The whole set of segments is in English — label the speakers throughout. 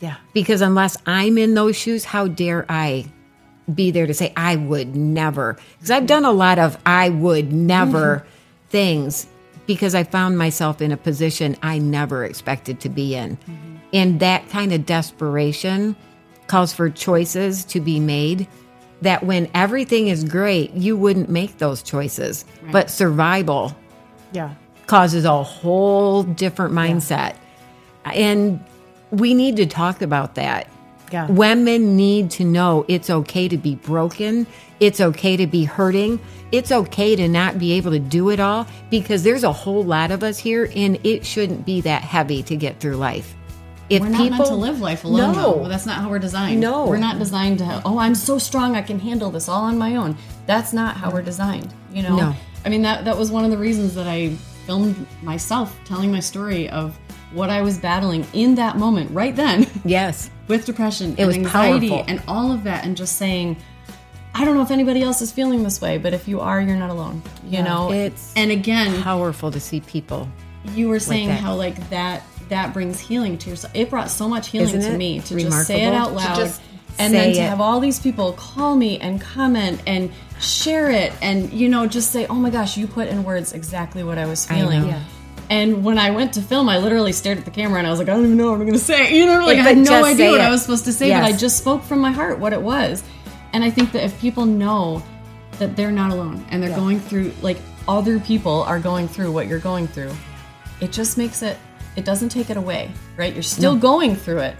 Speaker 1: Yeah.
Speaker 2: Because unless I'm in those shoes, how dare I be there to say, I would never? Because I've done a lot of I would never things because I found myself in a position I never expected to be in. And that kind of desperation calls for choices to be made that when everything is great, you wouldn't make those choices. But survival
Speaker 1: Yeah.
Speaker 2: causes a whole different mindset. And we need to talk about that.
Speaker 1: Yeah.
Speaker 2: Women need to know it's okay to be broken. It's okay to be hurting. It's okay to not be able to do it all because there's a whole lot of us here and it shouldn't be that heavy to get through life. If
Speaker 3: We're not meant to live life alone.
Speaker 2: No.
Speaker 3: though. that's not how we're designed.
Speaker 2: No.
Speaker 3: we're not designed to. Oh, I'm so strong, I can handle this all on my own. That's not how we're designed. You know.
Speaker 2: No.
Speaker 3: I mean that that was one of the reasons that I filmed myself telling my story of what I was battling in that moment, right then,
Speaker 2: Yes.
Speaker 3: with depression
Speaker 2: It
Speaker 3: and
Speaker 2: was
Speaker 3: anxiety
Speaker 2: powerful.
Speaker 3: and all of that, and just saying. I don't know if anybody else is feeling this way, but if you are, you're not alone. You know,
Speaker 2: It's
Speaker 3: and again,
Speaker 2: powerful to see people.
Speaker 3: you were saying
Speaker 2: that.
Speaker 3: how like that that brings healing to yourself. It brought so much healing
Speaker 2: Isn't
Speaker 3: to
Speaker 2: it
Speaker 3: me to just say it
Speaker 2: remarkable?
Speaker 3: out
Speaker 2: To
Speaker 3: loud,
Speaker 1: just
Speaker 3: and then
Speaker 2: say
Speaker 3: to
Speaker 2: it.
Speaker 3: have all these people call me and comment and share it, and you know just say, "Oh my gosh, you put in words exactly what I was
Speaker 2: I know.
Speaker 3: feeling."
Speaker 2: Yeah.
Speaker 3: And when I went to film, I literally stared at the camera and I was like, I don't even know what I'm going to say. You know, like I
Speaker 2: But
Speaker 3: had no
Speaker 2: just
Speaker 3: idea
Speaker 2: say
Speaker 3: what
Speaker 2: it.
Speaker 3: I was supposed to say, but I
Speaker 2: Yes.
Speaker 3: just spoke from my heart what it was. And I think that if people know that they're not alone and they're going through, like other people are going through what you're going through, it just makes it, it doesn't take it away, right? You're still going through it,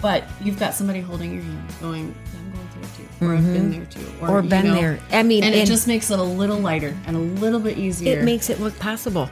Speaker 3: but you've got somebody holding your hand going, "Yeah, I'm going through it too, or I've been there too,
Speaker 2: Mm-hmm. Or
Speaker 3: you
Speaker 2: been
Speaker 3: know.
Speaker 2: there. I mean,
Speaker 3: and it
Speaker 2: and-
Speaker 3: just makes it a little lighter and a little bit easier.
Speaker 2: It makes it look possible.